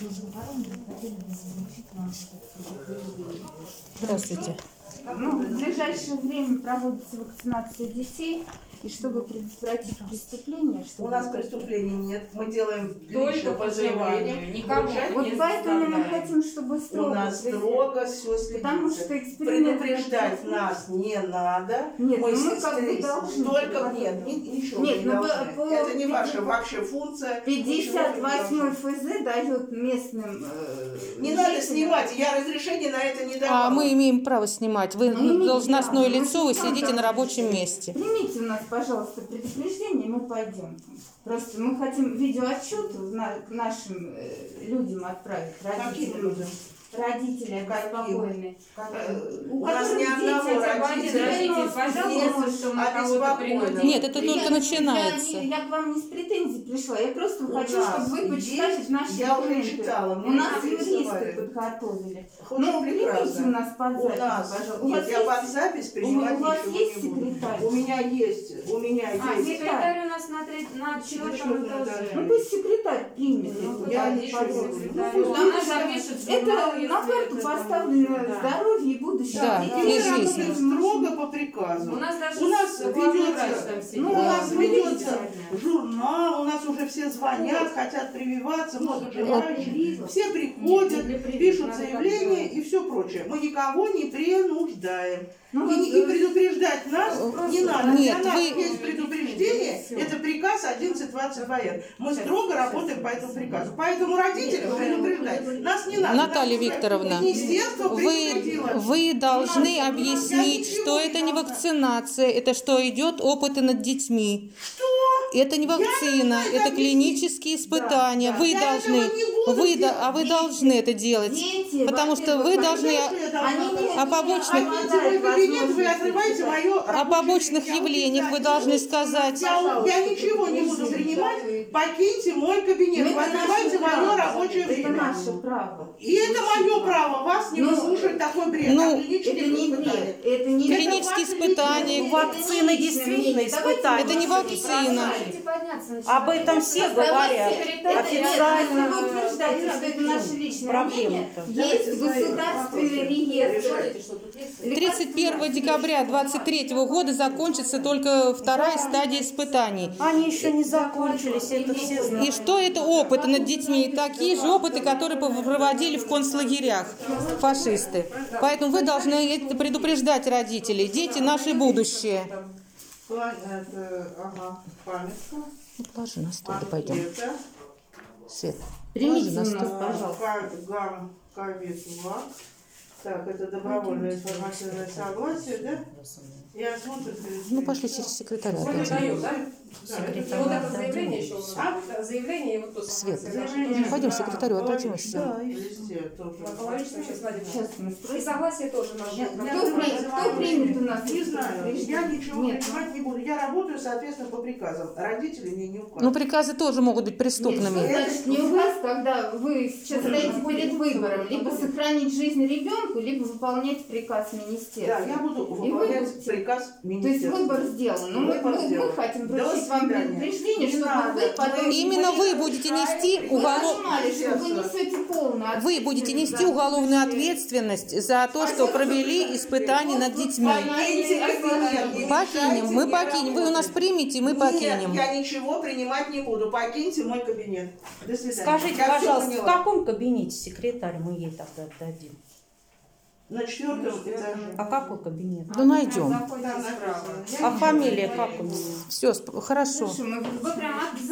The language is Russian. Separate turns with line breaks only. Незабаром виходили на звучить нашку.
Здравствуйте.
Ну, в ближайшее время проводится вакцинация детей, и чтобы предотвратить преступления, чтобы...
У нас преступлений нет, мы делаем
Только
лишь
по
заявление.
заявлению. Никому
Вот
не
поэтому мы
заставляем.
хотим, чтобы
У
строго...
нас
следили.
строго все
Потому что
следится.
эксперимент...
Предупреждать нас не надо.
Нет,
мы
ну мы
с-
как бы должны.
Только нет, ни- ничего
Нет,
не
ну по-
должны.
по-
Это не
пяти-
ваша вообще функция. ничего
58
не должны.
ФЗ дает местным... э,
Не надо
жителям.
снимать, я разрешения на это не давала.
А мы имеем право снимать. Вы
Ну, имеете
должностное
право.
лицо, вы
Ну,
сидите
да.
на рабочем месте.
Примите у нас, пожалуйста, предупреждение, мы пойдем. Просто мы хотим видеоотчет на- к нашим э, людям отправить,
Каким
родителям.
людям?
Родители обеспокоенные.
Э,
У
У нас
которых
ни
дети
одного
эти
Один
родителя.
обалденные.
родитель пожаловался,
Нет,
что мы
а
кого-то
беспокойно.
принудили.
Нет, это только
Я,
начинается.
не- я к вам не с претензий пришла. Я просто
У
хочу,
нас
чтобы вы
есть,
почитали наши
Я уже
документы.
читала.
У
мы
нас
не
юристы
призываем.
подготовили.
Очень
Ну, примите у
прекрасно.
нас под
У
запись,
нас,
пожалуйста. У вас
нет, я
есть-
под запись принимать
у вас
ничего
есть
не буду.
секретарь?
У меня есть, у меня
А,
есть.
секретарь у нас на, треть- на четвертом
Четвертом
этаже.
этаже.
Ну, пусть секретарь примет.
Ну,
эту
я
дату,
ничего
пожалуйста.
не
Ну,
знаю.
потому
Она
что
запишет журнал,
Это
если
на карту
это
поставлено
там, да.
здоровье и будущее
Да,
детей.
и
мы
жизнь.
работаем строго по приказу.
У нас даже
У нас
главный врач
ведется,
там сидит. ну,
ну, у нас
Вы видите?
ведется журнал, у нас уже все звонят, хотят прививаться, много желающих. Все приходят, пишут заявления и все прочее. Мы никого не принуждаем.
Ну,
И,
вот,
не- и предупреждать нас не надо.
э, Нет,
Для нас
вы- Э,
есть предупреждение, это приказ 11.22Н. Мы строго работаем по этому приказу. Поэтому родителям предупреждать нас не надо.
Наталья
Нас уже
Викторовна,
Министерство
Вы,
предупредило.
вы должны
Я
объяснить,
ничего
что
не
это не
должна.
вакцинация, это что идет опыты над детьми.
Что?
Это не вакцина,
знаю,
это
как
клинические испытания.
да.
Вы
Я
должны,
этого не буду
вы, до-
делать.
а вы должны это делать.
дети,
Потому что
во-первых,
вы должны
Конечно, я должна
Они не-
знать.
о побочных,
Хотите вы кабинет, вы отрываете мое
о побочных явлениях вы должны сказать.
Я, я ничего не буду принимать, покиньте мой кабинет, вы
Ну, это
отрываете
наше
мое
право.
рабочее
Это
время.
наше право.
И это мое право, вас не
Ну,
слушать такой бред.
ну,
а клинические
Это не
испытания.
бред. Это не
Клини- Клинические
Это ваше
испытания.
личное мнение.
Вакцины действительно испытания.
Это не вакцина.
Можете подняться, начинайте.
Об этом все говорят.
Секретарь,
Официально.
Если вы утверждаете, что это наше личное мнение,
Проблема-то.
есть государственный реестр.
31 декабря 2023 года закончится только вторая стадия испытаний.
Они еще не закончились, это все
И
знают.
что это опыты над детьми? Такие же опыты, которые пов- проводили в концлагерях фашисты. Поэтому вы должны это предупреждать родителей. Дети – наше будущее.
Пла- это, ага, памятка,
Ну, Положи на стол,
анкета,
Свет, положи
Примите
на
у
стол.
нас,
а,
пожалуйста.
ка- гам- ковид-вак. Так, это добровольное информационное согласие, да? И осмотр перед-
Ну, пошли через секретаря
Вот я
опять.
даю, да?
Да, это
Вот это заявление еще у нас. А? Заявление и вот то самое
Свет.
заявление.
Ну, пойдем секретарю отдадим и
Половинка,
все.
да, и листе тоже.
На половинке сейчас Владимир.
Сейчас мы
И
спросим.
согласие тоже надо.
Я-
Надо.
я
Кто при- кто примет у нас
Не знаю, я ничего
Нет. ну.
принимать не буду. Я работаю, соответственно, по приказам. Родители мне не
Ну,
указывают.
приказы тоже могут быть
Нет,
преступными.
что значит не у вас, когда вы сейчас стоите перед выбором, либо сохранить жизнь ребенку, либо выполнять приказ
Да,
министерства.
я буду
И
выполнять
выберите.
приказ
То есть
министерства.
выбор сделан. Но мы,
Выбор
мы- мы
сделан.
хотим
До
вручить вам
свидания.
предупреждение,
Не
чтобы
надо.
вы потом...
Именно вы будете нести
Вы
уголов...
понимали, что вы несете полную ответственность.
Вы будете нести
за-
уголовную ответственность за то, что провели испытания над детьми.
Покиньте кабинет, не мешайте
Покинем, мы
мне
покинем. Вы у нас
работать.
примете, мы покинем.
Нет, я ничего принимать не буду. Покиньте мой кабинет. До свидания.
Скажите,
Я всё
пожалуйста, в
поняла.
каком кабинете секретарь мы ей тогда отдадим?
На четвертом этаже.
А какой кабинет?
Ну, найдем.
Заходите справа.
Я
А
ничего
фамилия
не
как у
понимаю.
нее?
Все, хорошо.
Хорошо, мы-
Вы прям от-